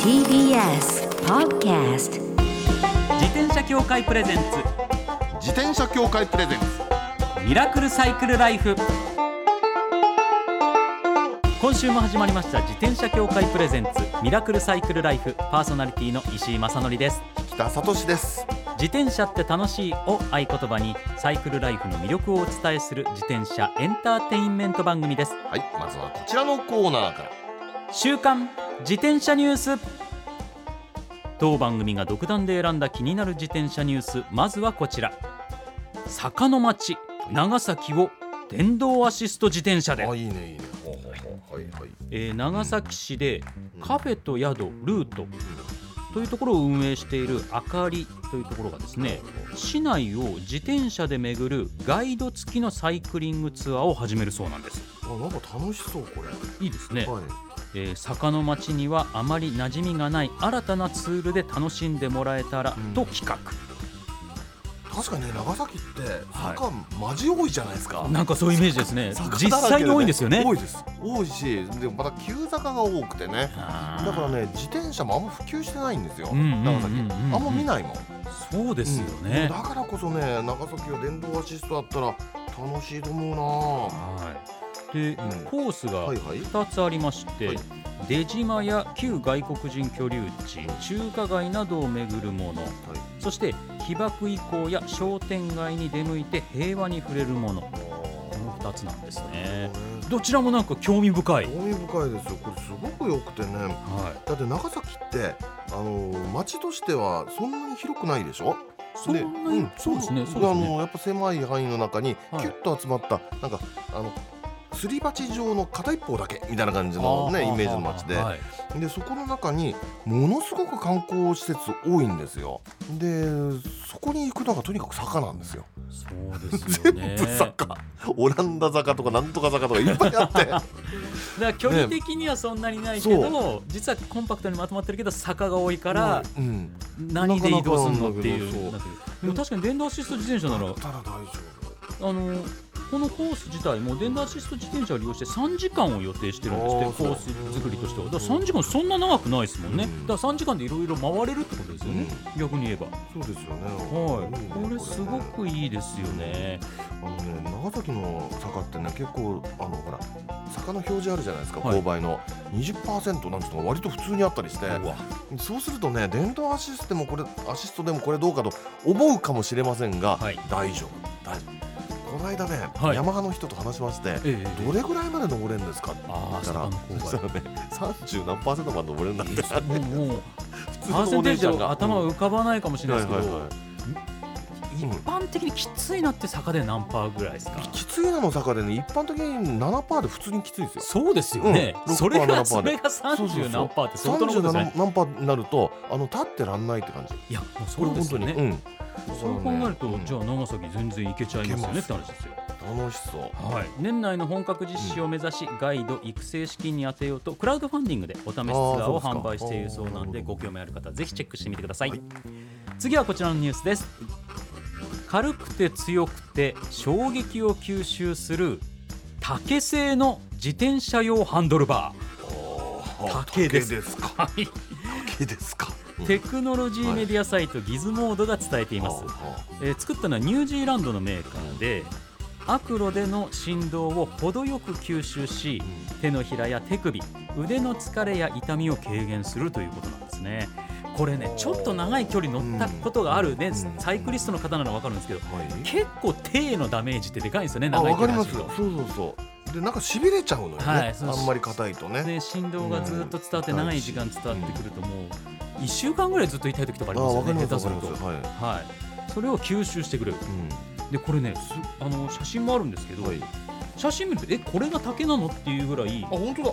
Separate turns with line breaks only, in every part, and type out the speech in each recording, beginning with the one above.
TBS Podcast
自転車協会プレゼンツ
自転車協会プレゼンツ
ミラクルサイクルライフ今週も始まりました自転車協会プレゼンツミラクルサイクルライフパーソナリティの石井正則です
北里志です
自転車って楽しいを合言葉にサイクルライフの魅力をお伝えする自転車エンターテインメント番組です
はいまずはこちらのコーナーから
週刊自転車ニュース当番組が独断で選んだ気になる自転車ニュースまずはこちら坂の町長崎を電動アシスト自転車で
あいいねいいねほうほうほうはいはい
えー長崎市で
うん
カフェと宿ルートというところを運営しているあかりというところがですね市内を自転車で巡るガイド付きのサイクリングツアーを始めるそうなんです
あなんか楽しそうこれはい
いですね、えー坂の町にはあまり馴染みがない新たなツールで楽しんでもらえたら
うん
と企画、
確かにね長崎って
はい
坂マジ多いじゃないですか
なんかそういうイメージですね
坂だらけ
実
で
際に多いんですよね
多いです多いしでもまた急坂が多くてね
あー
だからね自転車もあんま普及してないんですよ
うんうんうんうん
長崎あんま見ないもん
そうですよ
うん
ね、
だからこそね長崎は電動アシストだったら楽しいと思うな
はいで、
うん
コースが
はいはい
2つありまして、
はい
出島や旧外国人居留地中華街などを巡るものそして被爆遺構や商店街に出向いて平和に触れるものこの2つなんですねどちらもなんか興味深い、
興味深いですよこれすごく良くてね
はい、
だって長崎ってあの町としてはそんなに広くないでしょ
そんなに、
うん
そうですねそうで
あ
すね
のやっぱ狭い範囲の中に
はい
キュッと集まった、なんかあのすり鉢状の片一方だけみたいな感じの、ね、イメージの街で,、
はい
でそこの中にものすごく観光施設多いんですよでそこに行くのがとにかく坂なんですよ
そうですよね
坂オランダ坂とかなんとか坂とかいっぱいあって
だから距離的にはそんなにないけど、実はコンパクトにまとまってるけど坂が多いから、
うん、
何で移動するのってい
なかなかなん
う
だ
でも確かに電動アシスト自転車なら
たら大丈夫
あのこのコース自体も電動アシスト自転車を利用して3時間を予定してるんですって
あ
コ
ーそう
ース作りとしてはだから3時間そんな長くないですもんね、
うん
だから3時間でいろいろ回れるってことですよね、逆に言えば、はい、
そうですよね。
これすご
ね
くいいですよね、
あのね長崎の坂ってね結構あのほら坂の表示あるじゃないですか、
はい
勾配の20%なんつうのが割と普通にあったりして
うわ
そうするとね電動アシストでもこれアシストでもこれどうかと思うかもしれませんが、
はい
大丈夫大丈夫この間ね、
はい
ヤマハの人と話しまして
ええ
どれぐらいまで登れるんですかって
ああ
だ
坂の
から
勾
そした
配
らね30何パーセントまで登れるんだって、
もうもう
普通
パーセ
のお
ンテー
姉
ジ
ちゃん
は
が
頭
うん
が浮かばないかもしれないですけど、
はいはいはい
一般的にきついなって坂で何パーぐらいですか
きついなの坂でね一般的に7%で普通にきついですよ
そうですよね
ね、
それ
6%
が
は
そ
7%で
れが30何パーって相当なことですね
37何パーになるとあの立ってらんないって感じ
いやもうそうですよね、
うん
そう考えると、じゃ
あ
あ長崎全然行けちゃいますよねって話ですよ、
楽しそう
はい、年内の本格実施を目指し、ガイド育成資金に充てようとクラウドファンディングでお試しツアーを
あーそうですか
販売しているそうなんで
あー
ご興味ある方ぜひチェックしてみてください、
はい
次はこちらのニュースです軽くて強くて衝撃を吸収する竹製の自転車用ハンドルバ竹です
ですか
ー、はい、
竹ですか
テクノロジーメディアサイトギズモードが伝えています、えー作ったのはニュージーランドのメーカーで悪路での振動を程よく吸収し手のひらや手首腕の疲れや痛みを軽減するということなんですねこれねちょっと長い距離乗ったことがあるね、
うん
サイクリストの方なら分かるんですけど
はい
結構手へのダメージってでかいんですよね
あ
長い
わ
距
かり
離
ます
走ると。
そうそうそうでなんかしびれちゃうのよね
はい
あ
そうん
まり硬いとね
ね、振動がずっと伝わって
うん
長い時間伝わってくるともう1週間ぐらいずっと痛い時とかあ
あ
りますよ
わかり
ね
ま
下手
す
す
わ
る
かり
と、
ますはい
はい、それを吸収してくれる
う
でこれねすあの写真もあるんですけど、
んはい
写真見るとえこれが竹なのっていうぐらい
あ本当だ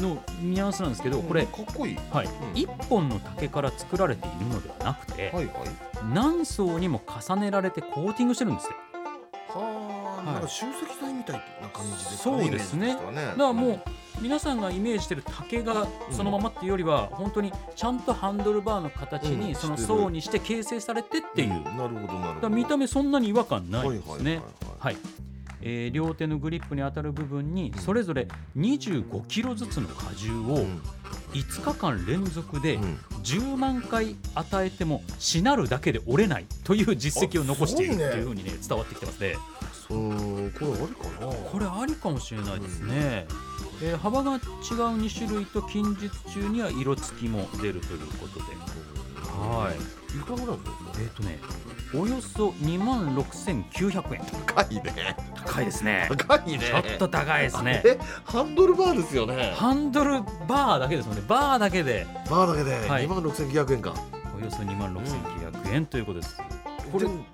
のニュアンスなんですけどこ
うん
れ、
かっこいい
はい
ん
1本の竹から作られているのではなくて、
はいはい
何層にも重ねられてコーティングしてるんですよはい
はあんか集積体みたいな感じです
そうですね
イメージとしてはね
だからもう皆さんがイメージしてる竹がそのままっていうよりは本当にちゃんとハンドルバーの形
う
に
ん
その
してる
層にして形成されてっていう、
ん
だか
なるほどなるほ
ら
ど
見た目そんなに違和感ないんですね。
は
は
い
いえー両手のグリップに当たる部分にそれぞれ25キロずつの荷重を
はいはいはいうん
5日間連続で
うん
10万回与えてもしなるだけで折れないという実績を残している
あ
と
すごいね
いうふうにね伝わってきてますね。
うーんこれありかな
これありかもしれないですね、えー幅が違う2種類と近日中には色付きも出るということではい
いくらぐらいです
えっ、とねおよそ2万6900円
か高いね
高いですね
高いね
ちょっと高いですね
えハンドルバーですよね
ハンドルバーだけですもんねバーだけで
バーだけで
はい
2万6900円か、
およそ2万6900円ということです、これ
でも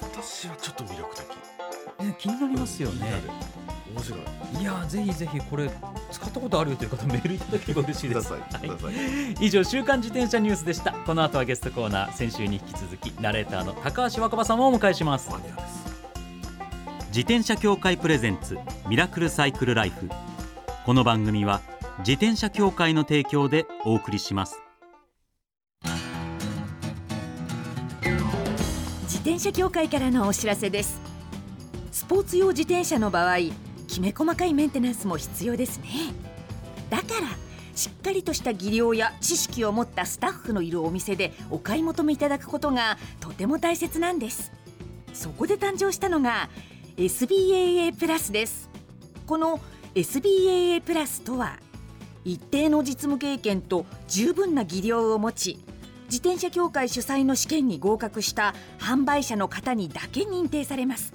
私はちょっと魅力的
ね気になりますよね、
面白い
いやーぜひぜひこれ使ったことあるよという方メールいただければ嬉しい
く
で
だ
す
さいください
以上週刊自転車ニュースでしたこの後はゲストコーナー先週に引き続きナレーターの高橋若葉さんをお迎えします
マニアです
自転車協会プレゼンツミラクルサイクルライフこの番組は自転車協会の提供でお送りします
自転車協会からのお知らせですスポーツ用自転車の場合きめ細かいメンテナンスも必要ですねだからしっかりとした技量や知識を持ったスタッフのいるお店でお買い求めいただくことがとても大切なんですそこで誕生したのが SBAA プラスですこの SBAA プラスとは一定の実務経験と十分な技量を持ち自転車協会主催の試験に合格した販売者の方にだけ認定されます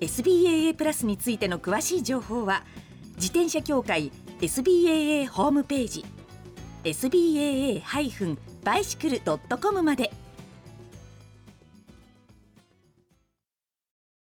SBAA プラスについての詳しい情報は自転車協会 SBAA ホームページ SBAA-bicycle.com まで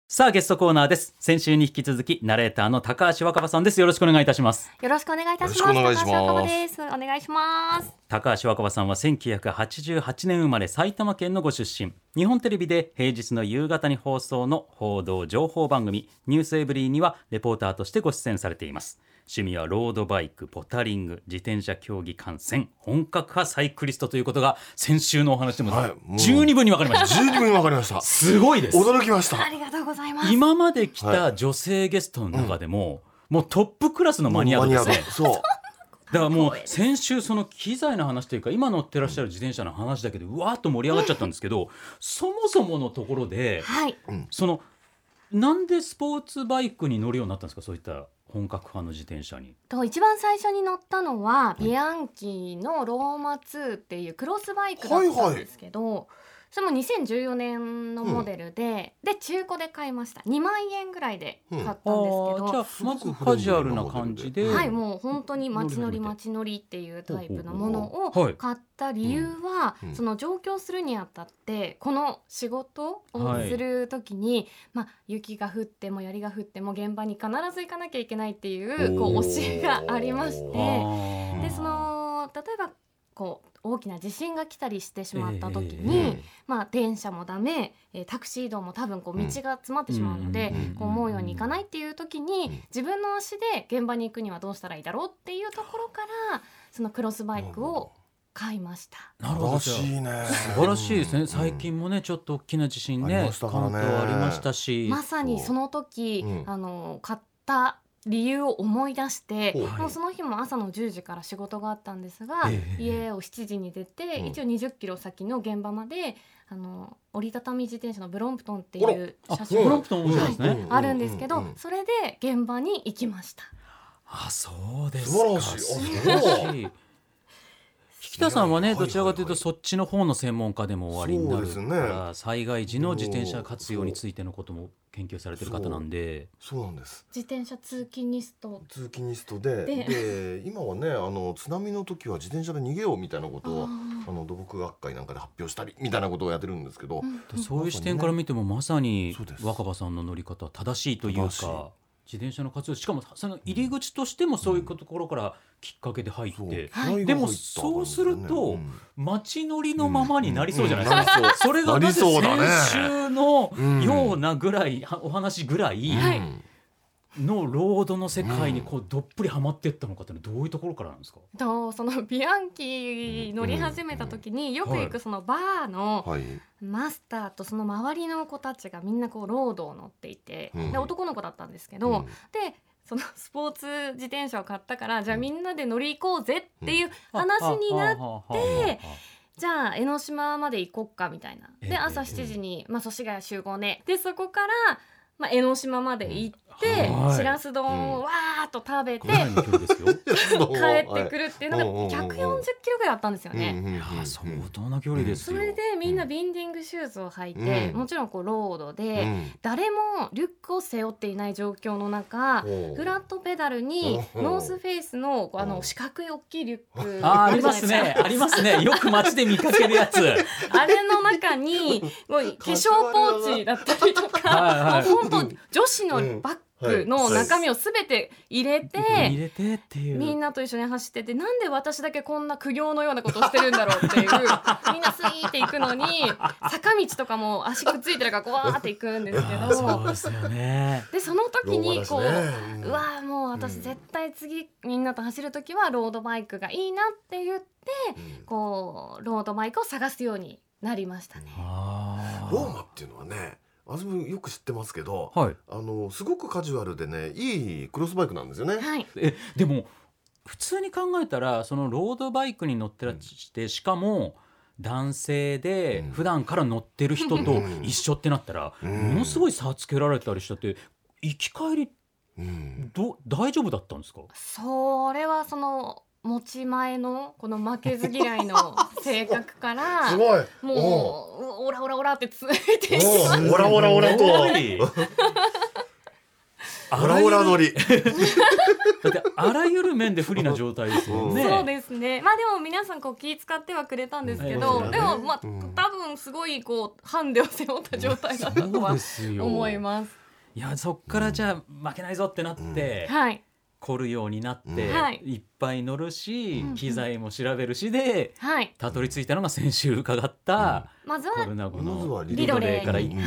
さあゲストコーナーです先週に引き続きナレーターの高橋若葉さんですよろしくお願いいたします
よろしくお願いいたします。
よろしくお願いします
高橋若葉です。お願いします。
高橋若葉さんは1988年生まれ埼玉県のご出身日本テレビで平日の夕方に放送の報道情報番組「ニュースエブリーにはレポーターとしてご出演されています趣味はロードバイクポタリング自転車競技観戦本格派サイクリストということが先週のお話でも
はいもう
十二分に分かりま した
十分分かりました
すごいです
驚きました
ありがとうございます。
今まで来た女性ゲストの中でも、もうトップクラスのマニア度ですね
そう
だからもう先週その機材の話というか今乗ってらっしゃる自転車の話だけでうわーっと盛り上がっちゃったんですけどそもそものところで
はい。
そのなんでスポーツバイクに乗るようになったんですかそういった本格派の自転車に。
と一番最初に乗ったのはビアンキのローマ2っていうクロスバイクだったんですけど、それも2014年のモデルで、で中古で買いました。2万円ぐらいで買ったんですけど。
じゃあまずカジュアルな感じで、
はい、もう本当に街乗り
乗り
街乗りっていうタイプのものを
ほうほうほうはい
買った理由は、
うんうん
その上京するにあたってこの仕事を
はい
する時に、まあ、雪が降っても槍が降っても現場に必ず行かなきゃいけないっていうこ
お
う
ー
教えがありまし
あ
て
ー
でその例えばこう大きな地震が来たりしてしまった
え
時に、まあ、電車もダメ、えータクシー移動も多分こう道が詰まってしまうので、
うんうんうんうん
こう思うようにいかないっていう時に、
うん
自分の足で現場に行くにはどうしたらいいだろうっていうところからそのクロスバイクを買いました。
なるほど
素
じゃあ
晴らしいね
素晴らしいですね、
うん
最近もねちょっと大きな地震ね
ありましたからね
関東ありましたし、
まさにその時、
うん
あの買った理由を思い出して、
ほう
もうその日も朝の10時から仕事があったんですが、
ええ
家を7時に出て、
うん
一応20キロ先の現場まであの折りたたみ自転車のブロンプトンっていう
あ
車
ブ
種
ロ
が
ンプトン面白いですね、
うん
あるんですけど、
うんうんうん
それで現場に行きました。
あそうですか
素晴らしい
素
あ
晴ら
そ
しい引田さんはね
はいはいは
ど
い
ちらかというとそっちの方の専門家でも終わりになる
そ
か
うですね
ら、災害時の自転車活用についてのことも研究されてる方なんで
そうなんです
自転車通勤リスト
通勤リストでで
で
今はねあの津波の時は自転車で逃げようみたいなことを
あー
あの土木学会なんかで発表したりみたいなことをやってるんですけど、
うん
そういう視点から見てもまさに
そうです
若葉さんの乗り方は正しいという
正しい
か自転車の活用しかもその入り口としてもそういうところからきっかけで入
そう
って、
はい
気合が入った
でもそうすると
うん
街乗りのままになりそうじゃないですか、
うんうんなり
それが
な
な
り
ぜ
そう
先
だね
週の
うん
ようなぐらい、はお話ぐらい
はい
うん
のロードの世界にこうどっぷりはまっていったのかっていうのはどういうところからなんですか、
とそのビアンキ乗り始めた時によく行くそのバーの
はい、
マスターとその周りの子たちがみんなこうロードを乗っていて、
うん
で男の子だったんですけど、
うん
でそのスポーツ自転車を買ったからじゃあみんなで乗り行こうぜっていう話になって、
て
じゃあ江ノ島まで行こっかみたいな
ええ
で朝7時に、まあ、祖師ヶ谷集合ねでそこから、まあ、江ノ島まで行っ
は
て、
い
しらす丼をわーっと食べて、
ぐらいの距離ですよ。
帰ってくるっていうのが
はい
140キロぐらいあったんですよね。
うんうんうん
いやー相当な距離です
そ
よ。
れでみんなビンディングシューズを履いて、
うん
もちろんこうロードで、
うん
誰もリュックを背負っていない状況の中
おう
フラットペダルに
おう
ノースフェイスのこうあ
お
の
う
四角い大きいリュック
あーあ
る
り
じゃ
ま
ないですすか
ね、ありますね。よく街で見かけるやつ。はい
あれの中にこう化粧ポーチだったりとか
は
もう本当女子のバッグの中身をすべて入れて、
い。入れてっていう。
みんなと一緒に走っててなんで私だけこんな苦行のようなことをしてるんだろ うっていうみんなスイーって行くのに坂道とかも足くっついてるからこうわーって行くんですけ
あーそう
ど
ですよね。
でその時にこう、
ローマだしねん
うわーもう私絶対次みんなと走る時はロードバイクがいいなって言って
うん
こうロードバイクを探すようになりましたね。
あー
ローマっていうのはね私もよく知ってますけど
はい。
あのすごくカジュアルでねいいクロスバイクなんですよね。
はい、
えでも普通に考えたらそのロードバイクに乗ってらして、しかも男性で
うん
普段から乗ってる人と
うん
一緒ってなったら、
うん
ものすごい差つけられたりしたって行き帰り
うん
ど大丈夫だったんですか
それはその持ち前のこの負けず嫌いの性格か ら
すごいおう
もううオラオラオラってついて
おうオラオラオラとオラオラ乗
り
り。
だってあらゆる面で不利な状態ですよね。
そうですねまあでも皆さんこう気使ってはくれたんですけど、
ええ
でもまあ、
うん
多分すごいこうハンデを背負った状態だったと
そう
は
ですよ
思います。
いやそっからじゃあ負けないぞってなって、
はい
凝るようになって、
うんはい
い、っぱい乗るし、
うん
機材も調べるしで
はい
たどり着いたのが先週伺った、
まず
コ
は
ルナゴ
まず
の
は
リ
リ
ド
ド
レ
レ
ー
ー
から行って、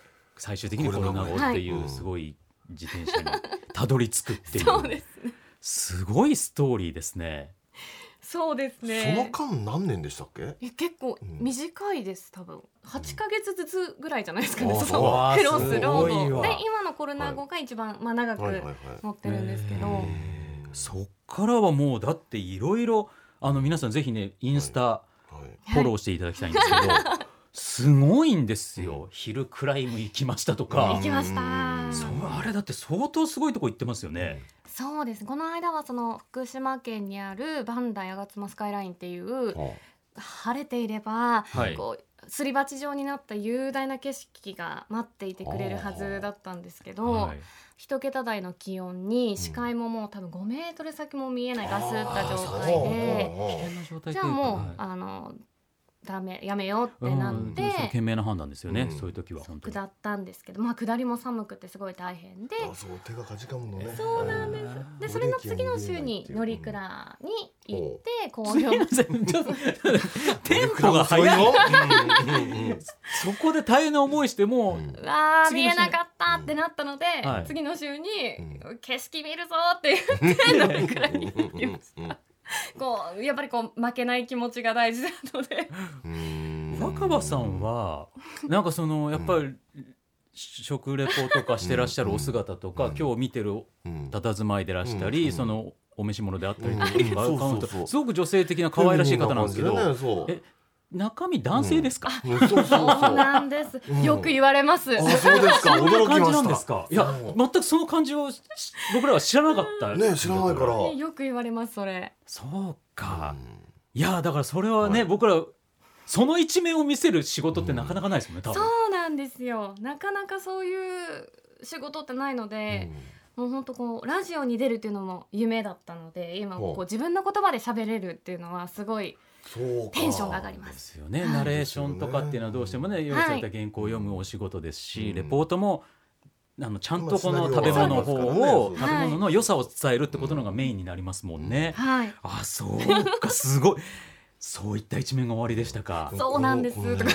は
最終的にコルナゴってい
は
う
い
すごい自転車にたどり着くっていう,、
そうです
すごいストーリーですね。
そうです
その
ね。
間何年でしたっけ？
え結構
うん
短いです多分8ヶ月ずつぐらいじゃないですか
う
ね
ん
そ
あ
の
わあ
クロ
すご
ス
い
ロード
わ
で今のコルナゴが一番、まあ、長く
はいはいはい。
持ってるんですけど、
へそっからはもうだっていろいろあの皆さんぜひねインスタ、
はい
フォローしていただきたいんですけど、すごいんですよ昼クライム行きましたと
行
か
き、ました
うん
そうあれだって相当すごいとこ行ってますよね。
そうですこの間はその福島県にあるバンダ八ヶ妻スカイラインっていう
は
晴れていれば
はい
こうすり鉢状になった雄大な景色が待っていてくれるはずだったんですけど
はい
一桁台の気温に視界ももう多分5メートル先も見えないガスった状態
あ
で
危険な状態
じ
というか
ゃあもう、
はい
あのダメやめようってなっ
うん
て。
その賢明な判断ですよね、
うん
そういう時は本当に。
下ったんですけど、まあ、下りも寒くてすごい大変で
ああそう手がかじかむのね。
そうなんです
あ
でそれの次の週に乗鞍に行って
ーす
紅
い
葉
ませんちょっとテン
テン
ポ
ポ
が
が
速
速
い
いよ。うんうんうん
そこで大変な思いしてもう、
うん
うわー
次
見
の週
えなかったってなったので、
うんはい
次の週に、
う
景色見るぞって言って乗りくらいになりまし
うんうん
たこうやっぱりこう負けない気持ちが大事なので
うん
若葉さん はなんかそのやっぱり、食レポとかしてらっしゃるお姿とか、
うん
今日見てる
うん
佇まいでらしたり、
うん
そのお召し物であったり
うん
とか、バウカウン
そうそうそ
ト
う
すごく女性的な可愛らしい方なんですけど、
ねそう
え 中身男性ですか、
うんそうそうそう。
そう
あ
なんです、
うん
よく言われます
そうですか。
そんな
驚き
感じ
まし
な
た。
んですかいや
そう
全くその感じをし僕らは知らなかった
ね知らないから。
ねよく言われますそれ
そうか
う、
いやだからそれはね、
はい
僕らその一面を見せる仕事ってなかなかないですもんね多
そ
分
うなんですよなかなかそういう仕事ってないの
ん
で、もうほんとこうラジオに出るっていうのも夢だったので今こ
ほ
う
う
自分の言葉で喋れるっていうのはすごい
そうか
テンションが上がります
ですよね、ナレーションとかっていうのはどうしてもね用意された原稿を読むお仕事ですし、レポートもあのちゃんとこの食べ物の方を
つ
食
な
べ
げよう
物の良さを伝えるってことのがメインになりますもんね。
はい
あそうかすごいそういった一面が終わりでしたか。
そうなんです
このこのね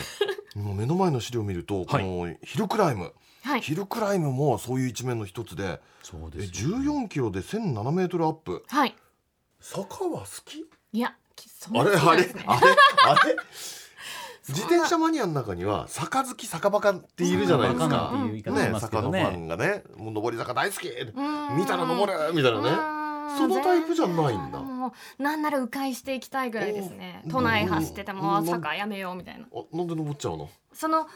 もう目の前の資料を見ると、
はい
このヒルクライム、
はい
ヒルクライムもそういう一面の一つで、
そう
え
ですよね
14キロで1007メートルアップ。
はい
坂は好き？
いやきそんな
あれ
好きな
あ
ん
れ
ですね
あれあれ。自転車マニアの中には坂好き坂バカっているじゃないです
バカ
か。
なんていう言い方し
ね、
ますけ
坂
ど
のフ
ね。
ァンがね、もう上り坂大好き、
うーん
見たら登るみたいなね。
ね
そのタイプじゃないんだ
もうなんなら迂回していきたいぐらいですね
おー
都内走ってても
うん
あ坂やめようみたいな
あ、なんで登っちゃうの？
その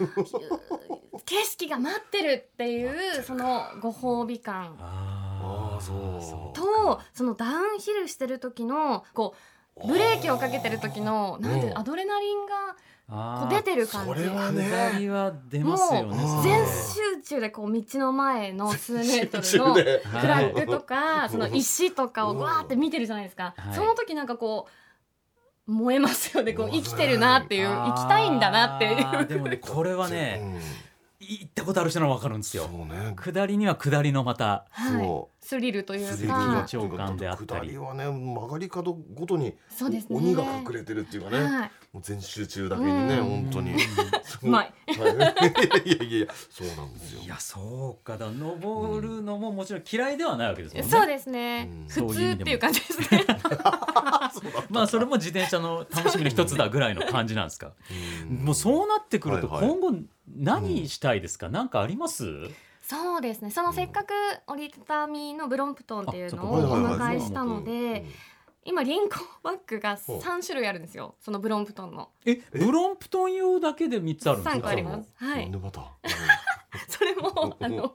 景色が待ってるっていうそのご褒美感
あ
あーそう
とそのダウンヒルしてる時のこうブレーキをかけてる時のなんて
うん
アドレナリンがこ
あ
う
ー
出てる感
そ
じ
れはね
下りは出ますよね。
もう
それ
全集中でこう道の前の数メート
集中
ルの
で
フラッグとかその石とか
う
を
ん
わーって見てるじゃないですか
はい
その時なんかこう燃えますよねこう
燃え
生
る
きてるなっていう
あー
生きたいんだなっていう
でもねこれはね
うん
行ったことある人ならわかるんです
そう
よ。
ね。
下りには下りのまた
はい
そう。
スリルとい
ス
う
リルの
か
長官であったり
下りはね曲がり角ごとに
そうですね
鬼が隠れてるっていうかね、
はい
もう全集中だけにね、
うん
本当に
うん
そう
まい
はい いやいやいやそうなんですよ
いやそうかだ登るのももちろん嫌いではないわけですもんね。
そうですね
うん
普通っていう感じですね
まあそれも自転車の楽しみの一つだぐらいの感じなんですか。もうそうなってくると
はいはい
今後何したいですか。なんかあります？
そうですねそのせっかく折りたたみのブロンプトンっていうのを
あそ
お
っか
迎えしたので今輪行バッグが
ほう
3種類あるんですよそのブロンプトンの
えブロンプトン用だけで三つあるんです
三個あり
か。
ますはい
犬バター
それもあの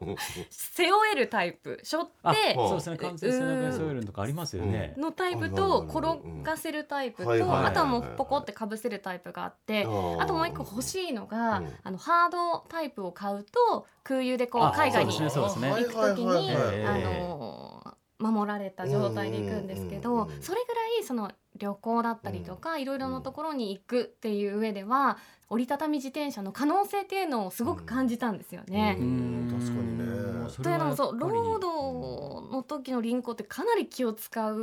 背負えるタイプ背負っ
あ
て
そうですね完成背中に添えるのとかありますよね。
のタイプ
う
と
ん
転がせるタイプ
はいはい
はい
とあとはもうポコってかぶせるタイプがあってあともう一個欲し
い
いのが
うん
あのハードタイプを買うと空輸でこ
あ
う海外に
そうですねそうですね
行くときに、
ええ
あのー守られた状態で行くんですけ
うんうん
ど
うんうん
それぐらいその旅行だったりとかいろいろなところに行くっていう上では折りたたみ自転車の可能性っていうのをすごく感じたんですよね。
うん確かにね
うんそ
と
れ
い
はや
うの
っ
も
ぱ
そ
り
うロードの時の輪行ってかなり気を使う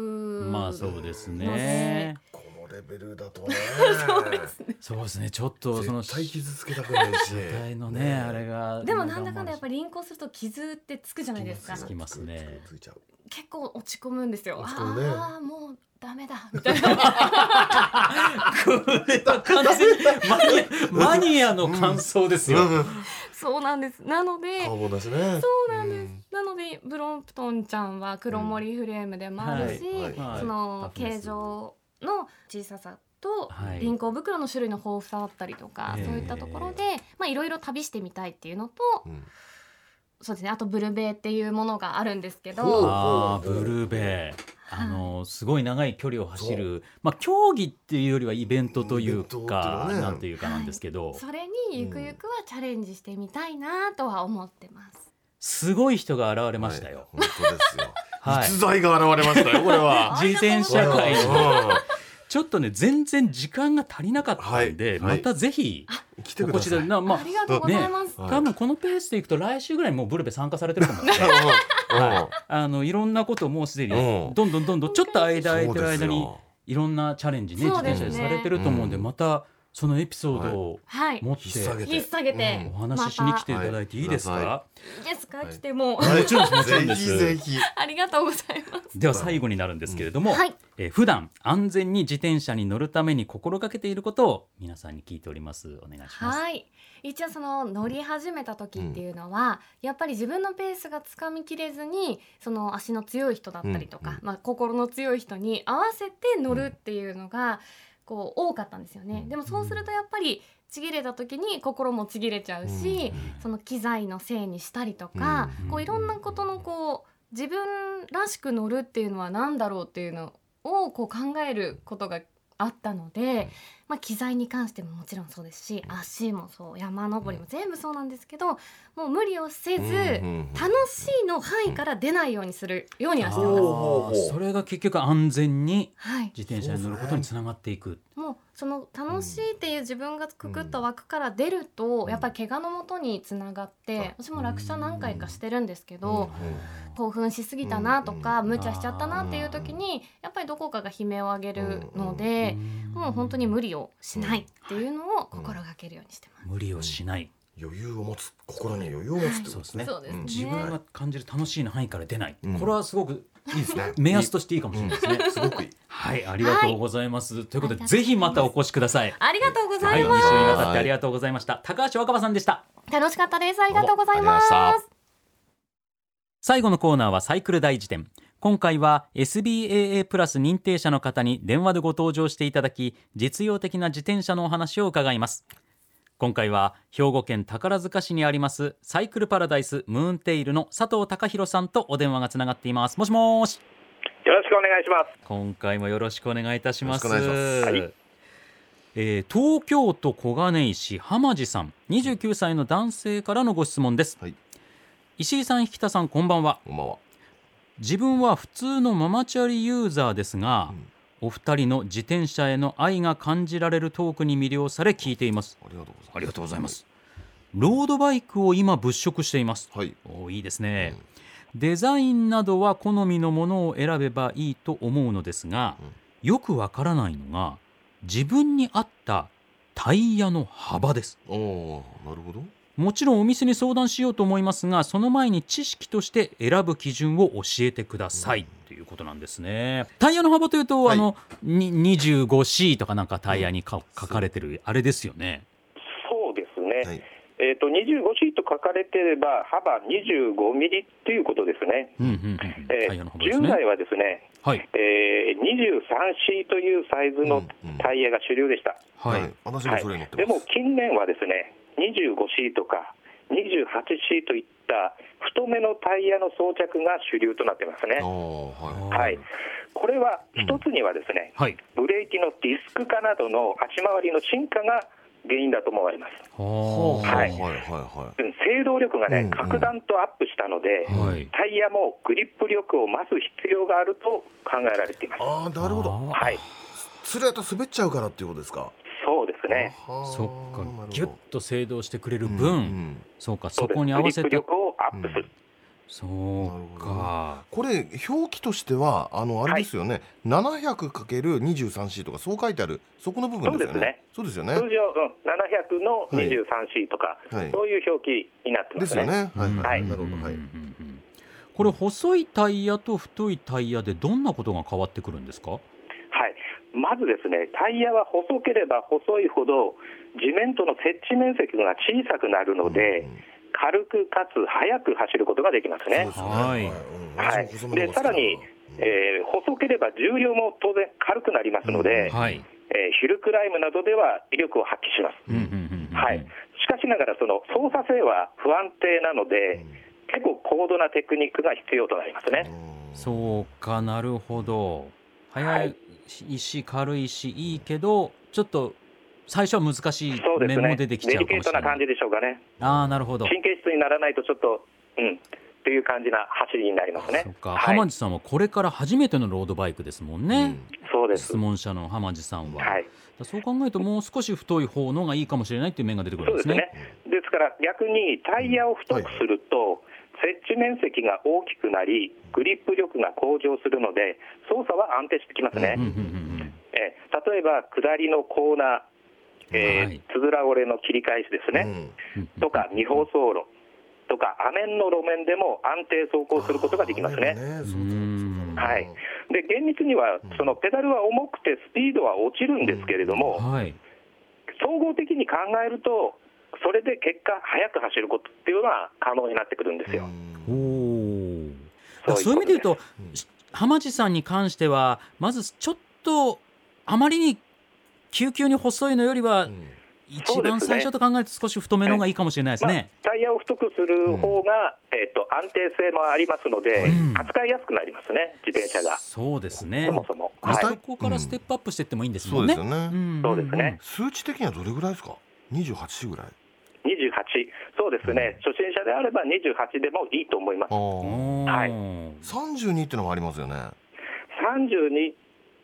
まあそうです
の
ね
で。
このレベルだとね
そうですね
そうですねちょっとその
絶対傷つけたくないし
時代のねあれが
でもなんだかんだやっぱ
り
り輪行すると傷ってつくじゃないですか
つきますね
ついちゃう
結構落ち込むんですよ
落ち込むね
ああもうダメだみたいな
これ は完全にマニアマニアの感想ですよ、
そうなんですなので
顔もだしね
そうなんです、なのでブロンプトンちゃんは黒森フレームでもあるし、
うんは
は
い
い
そ
はい
の
タフネ
形
ス
状の小ささと
はい
輪行袋の種類の豊富さだったりとか、
ええ
そういったところでまあいろいろ旅してみたいっていうのと
うん
そうですねあとブルベっていうものがあるんですけ
ほう
ど
あーブルーベーあのすごい長い距離を走る、まあ、競技っていうよりはイベントという
イベントっていうの
か
はね
なんていうかなんですけど
それにゆくゆくはチャレンジしてみたいなとは思ってます。
すごい人が現れましたよ。
はい本当ですよ
はい
逸材が現れましたよこ れは
自転車界に
は
ちょっとね全然時間が足りなかったんで、
はいはい
またぜひ
い来て
お
くだ
越
さ
し
い
でなまあ
ありがとうございます。
はい
多分このペースでいくと来週ぐらいもうブルベ参加されてると思うんであのいろんなことをもうすで
う
に
ん
どんどんどんどんちょっと間空いてる間に
そう
いろんなチャレンジね自
そう
転
です
車
ね
でされてると思うんで
うん
またそのエピソードを
はい。
持っ
ですよ引
て
っ提げて
引っ提げて
お話ししに来ていただいていいです
また
か
いいですか、
はい
来ても。
うん
もちろんですもちろんで
ぜ
す
ひぜひ
ありがとうございます。
では最後になるんですけれども
はい。
えー普段安全に自転車に乗るために心がけていることを皆さんに聞いておりますお願いします
はい。一応その乗り始めた時っていうのは、やっぱり自分のペースがつかみきれずにその足の強い人だったりとか、
うん
まあ、心の強い人に合わせて乗るっていうのが、こう多かったんですよね、
うん
でもそうするとやっぱりちぎれた時に心もちぎれちゃうし、その機材のせいにしたりとか、
うん
こういろんなことのこう自分らしく乗るっていうのは何だろうっていうのをこう考えることがあったので、まあ、機材に関してももちろんそうですし足もそう山登りも全部そうなんですけどもう無理をせず
うんうん
楽しいの範囲から出ないようにするようには
あ
してま
ほ
す。
うほうほう
ーそれが結局安全に
はい、
自転車に乗ることにつながっていく
もうその楽しいっていう自分がくくった枠から出ると、
うん
やっぱり怪我のもとにつながって、私も落車何回かしてるんですけど、興奮しすぎたなとか、
うん
無茶しちゃったなっていう時にやっぱりどこかが悲鳴を上げるので、もう本当に無理をしないっていうのを心がけるようにしてます。
無理をしない、
余裕を持つ心に余裕を持つってことですね。
そうですね
ん
自分が感じる楽しいの範囲から出ない、
うん
これはすごく
いいですね。
目安としていいかもしれないですね、
うんすごくいい。
はいありがとうございます、ということでぜひまたお越しください
ありがとうござ
はいい、二週
ま
に
す、
わたってありがとうございました。高橋若葉さんでした。
楽しかったです。ありがとうございます。
どうもありがとうございま
最後のコーナーはサイクル大辞典。今回は SBAA プラス認定者の方に電話でご登場していただき、実用的な自転車のお話を伺います。今回は兵庫県宝塚市にありますサイクルパラダイスムーンテイルの佐藤隆弘さんとお電話がつながっています。もしもーし。
よろしくお願いします。
今回もよろしくお願いいたします。
よろしくお願
いしますは
えー東京都小金井市浜地さん、29歳の男性からのご質問です。
はい
石井さん、引田さん、こんばんは。
こんばんは。
自分は普通のママチャリユーザーですが、お二人の自転車への愛が感じられるトークに魅了され聞いています。
ありがとうございます。
ありがとうございます。ロードバイクを今物色しています。
はい。
おいいですね、デザインなどは好みのものを選べばいいと思うのですが、よくわからないのが自分に合ったタイヤの幅です
おおー、なるほど。
もちろんお店に相談しようと思いますがその前に知識として選ぶ基準を教えてください、ということなんですねタイヤの幅というと、
はい
あのに 25C とかなんかタイヤにか書かれてるあれですよね
そうですね。
はい。
えっ、と 25C と書かれてれば幅25ミリっていうことですね。
うんうんうん
えー
タイヤの幅です
従
ね
来はですね、
はい
えー 23C というサイズの
うんうん
タイヤが主流でした。
はい、
私
は
も
い
それに乗っ。て
で
ま
も
す。
近年はですね、25C とか 28C といった太めのタイヤの装着が主流となってますね。
ああ、はい。
はい。これは一つにはですね、
はい
ブレーキのディスク化などの足回りの進化が原因だと思われます。
はあ
はい
はいはいは
うん制動力がね、
うんうん
格段とアップしたので、
はい
タイヤもグリップ力を増す必要があると考えられています。
ああ、なるほど。
あー
はい、
それだと滑っちゃうからっていうことですか。
そうですね。
はー
そっか
なるほど
ギュッと制動してくれる
うん
分、
うん
そうかそ
そ
う
です
こに合わせ
グリ
て
ップ力をアップする。
そうか
これ表記としてはあのあれですよね。七百かける二十三 C とかそう書いてあるそこの部分ですよね。そうですよね
通。常、うん、700の 23C とか、
はい
そういう表記になってま
ですす
ね。
よね。はい
うん
は。
はいい
なるほど。は
う
い
んう。んうんこれ細いタイヤと太いタイヤでどんなことが変わってくるんですか
はい、まずですね、タイヤは細ければ細いほど、地面との接地面積が小さくなるので、軽くかつ速く走ることができますね。
はい
はいでさらに、えー細ければ重量も当然軽くなりますので、
うん
はい、
えーヒルクライムなどでは威力を発揮します。
うんうんうんうん
はい、しかしながら、その操作性は不安定なので、結構高度なテクニックが必要となりますね。
うん。
そうかなるほど
は
速
い
いし軽いしいいけどちょっと最初は難しい
そうです
面
ね、
も
デ
出
リ
てき
ケ
ちゃうか
ー
もし
ト
れな
ない感じでしょうかね、
ああなるほど
神経質にならないと、ちょっと、うん、っていう感じな走りになりますね。
そうか、
はい
浜地さんはこれから初めてのロードバイクですもんね、
そうです
質。問者の浜地さんは、
はい、
だそう考えるともう少し太い方のがいいかもしれないっていう面が出てく
そ
るんで
うですす
ね。
ね。ですから逆にタイヤを太くすると、接地面積が大きくなり、グリップ力が向上するので、操作は安定してきますね。
う
うんうんうん
えー例えば下りのコーナー、えー
はい
つづら折れの切り返しですね、
ね。
うん
とか二方走路とか、雨の路面でも安定走行することができますね。
あー。
うん
はい、で厳密には、そのペダルは重くてスピードは落ちるんですけれども、
はい、
総合的に考えると、それで結果、速く走ることっていうのは可能になってくるんですよ。
おーだから
そ
そうう
い
いうう意味で言う
こと
と、
うん
し浜地さんに関してはまずちょっとあまりに急急に細いのよりは一
そうで
番
すね
最初と考えると少し太めのがいいかもしれないですね。
まあ、タイヤを太くする方が、えっと安定性もありますので、
うん
扱いやすくなりますね、自転車が、
そうですね
そ。もそも。
まあ
はい、
そこからステップアップしていってもいいんです
そ
も
うんで
ね。
すよね。
んんん
そうですね。
数値的にはどれぐらいですか28ぐらい
28、そうですね、初心者であれば28でもいいと思います。
ああ
おー
はい
32ってのもありますよね
32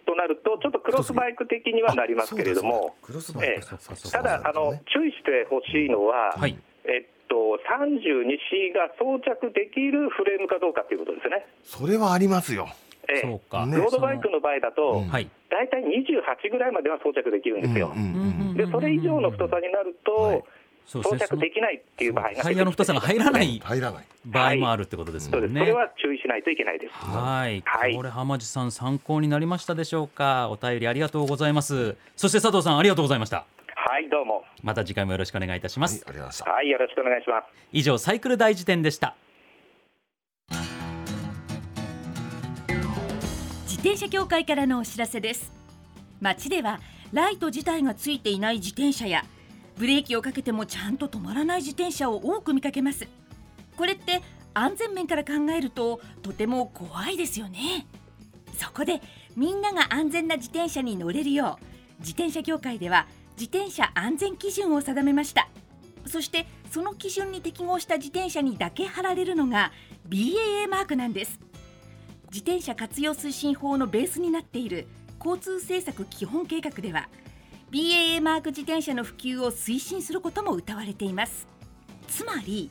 ととなると、ちょっとクロスバイク的にはなりますけれども、
クロスバイク
え
そっかそっか
ただあの、注意してほしいのは、
はい
えっと、32C が装着できるフレームかどうかということですね。
それはありますよ。
え
そう
え
か、
ね
ロードバイクの場合だと、
うん
はい
大体28ぐらいまでは装着できるんですよ。
うんうんうん
でそれ以上の太さになると、
はい
そうです
装
ねそ
着
の
できないっていう場合が出てきて
タイヤの太さが入らない
入らない。
場合もあるってことです
そ
も
うで
ん
す、
ね、
それは注意しないといけないです。
はい、
はい
これ浜地さん参考になりましたでしょうかお便りありがとうございますそして佐藤さんありがとうございました
はい、どうも。
また次回もよろしくお願いいたしま
はい、あ
す
りがとうございました。
はい、よろしくお願いします。
以上サイクル大辞典でした
自転車協会からのお知らせです街ではライト自体がついていない自転車やブレーキをかけてもちゃんと止まらない自転車を多く見かけますこれって安全面から考えるととても怖いですよねそこでみんなが安全な自転車に乗れるよう自転車協会では自転車安全基準を定めましたそしてその基準に適合した自転車にだけ貼られるのが BAA マークなんです自転車活用推進法のベースになっている交通政策基本計画では BAA マーク自転車の普及を推進することも謳われていますつまり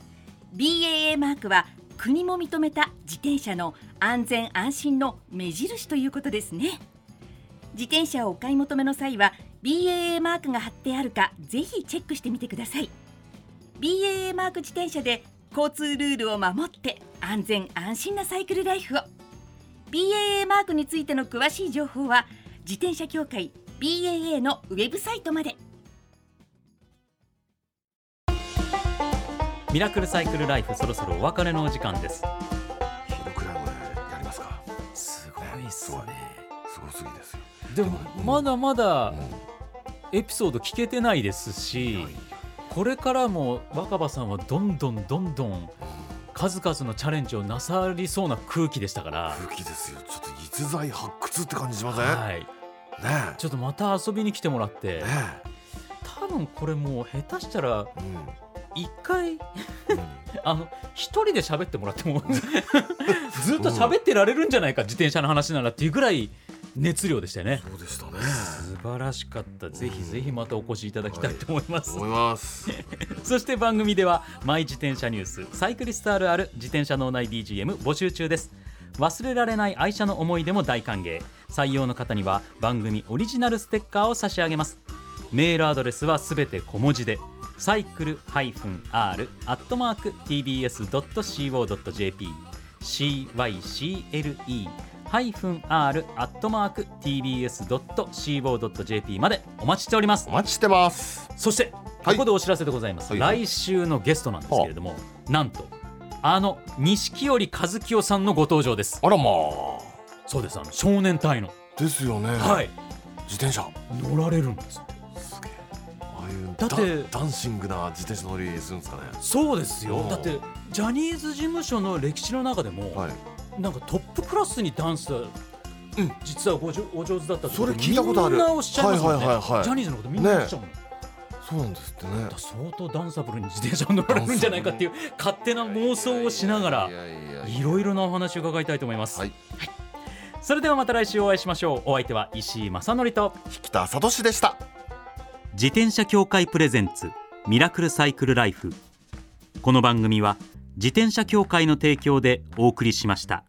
BAA マークは国も認めた自転車の安全安心の目印ということですね自転車をお買い求めの際は BAA マークが貼ってあるかぜひチェックしてみてください BAA マーク自転車で交通ルールを守って安全安心なサイクルライフを BAA マークについての詳しい情報は自転車協会 BAA のウェブサイトまで
ミラクルサイクルライフそろそろお別れのお時間です
ヒルクライムやりますか。
す
ごいっすねすごすぎですよ。
でも
う
ま
ん
だまだ
うん
エピソード聞けてないですしこれからも若葉さんはどんどんどんどん数々のチャレンジをなさりそうな空気でしたから、
空気ですよ。ちょっと逸材発掘って感じしません。
はい、
ね
ちょっとまた遊びに来てもらって
え。ね
多分これもう下手したら
え。うん。
一回
ず
あの一人で喋ってもらってもずっと喋ってられるんじゃないか自転車の話ならっていうぐらい熱量でしたよね
そうでしたね。
素晴らしかったぜひぜひまたお越しいただきたいと思います、
思います。
そして番組ではマイ自転車ニュースサイクリストあるある自転車脳内 BGM 募集中です忘れられない愛車の思い出も大歓迎採用の方には番組オリジナルステッカーを差し上げますメールアドレスはすべて小文字でサイクル -r-tbs.co.jp cycle-r-tbs.co.jp までお待ちしております
お待ちしてます。
そして
は
こ
い
こでお知らせでございます、
はいはい
来週のゲストなんですけれども、なんとあの錦織一清さんのご登場です
あらま
そうですあの少年隊の
あ。ですよね。
はい
自転車。
乗られるんです
すげえ。ああいう
だって
ダダンシングな自転車乗りするんですかね。
そうですよ
おー
だってジャニーズ事務所の歴史の中でも、
はい。
なんかトップクラスにダンス、実はごじょお上手だったって
それ聞いたことある
みんなおっしゃいますもんね、
はいはいはいはい
ジャニーズのことみんなおっしゃるもん、
そうなんですってね
だから。相当ダンサブルに自転車を乗られるんじゃないかっていう勝手な妄想をしながら
いやいやいやい
い
や
ろいろなお話を伺いたいと思います、
はい
それではまた来週お会いしましょうお相手は石井正則と
北里志でした。
自転車協会プレゼンツミラクルサイクルライフこの番組は自転車協会の提供でお送りしました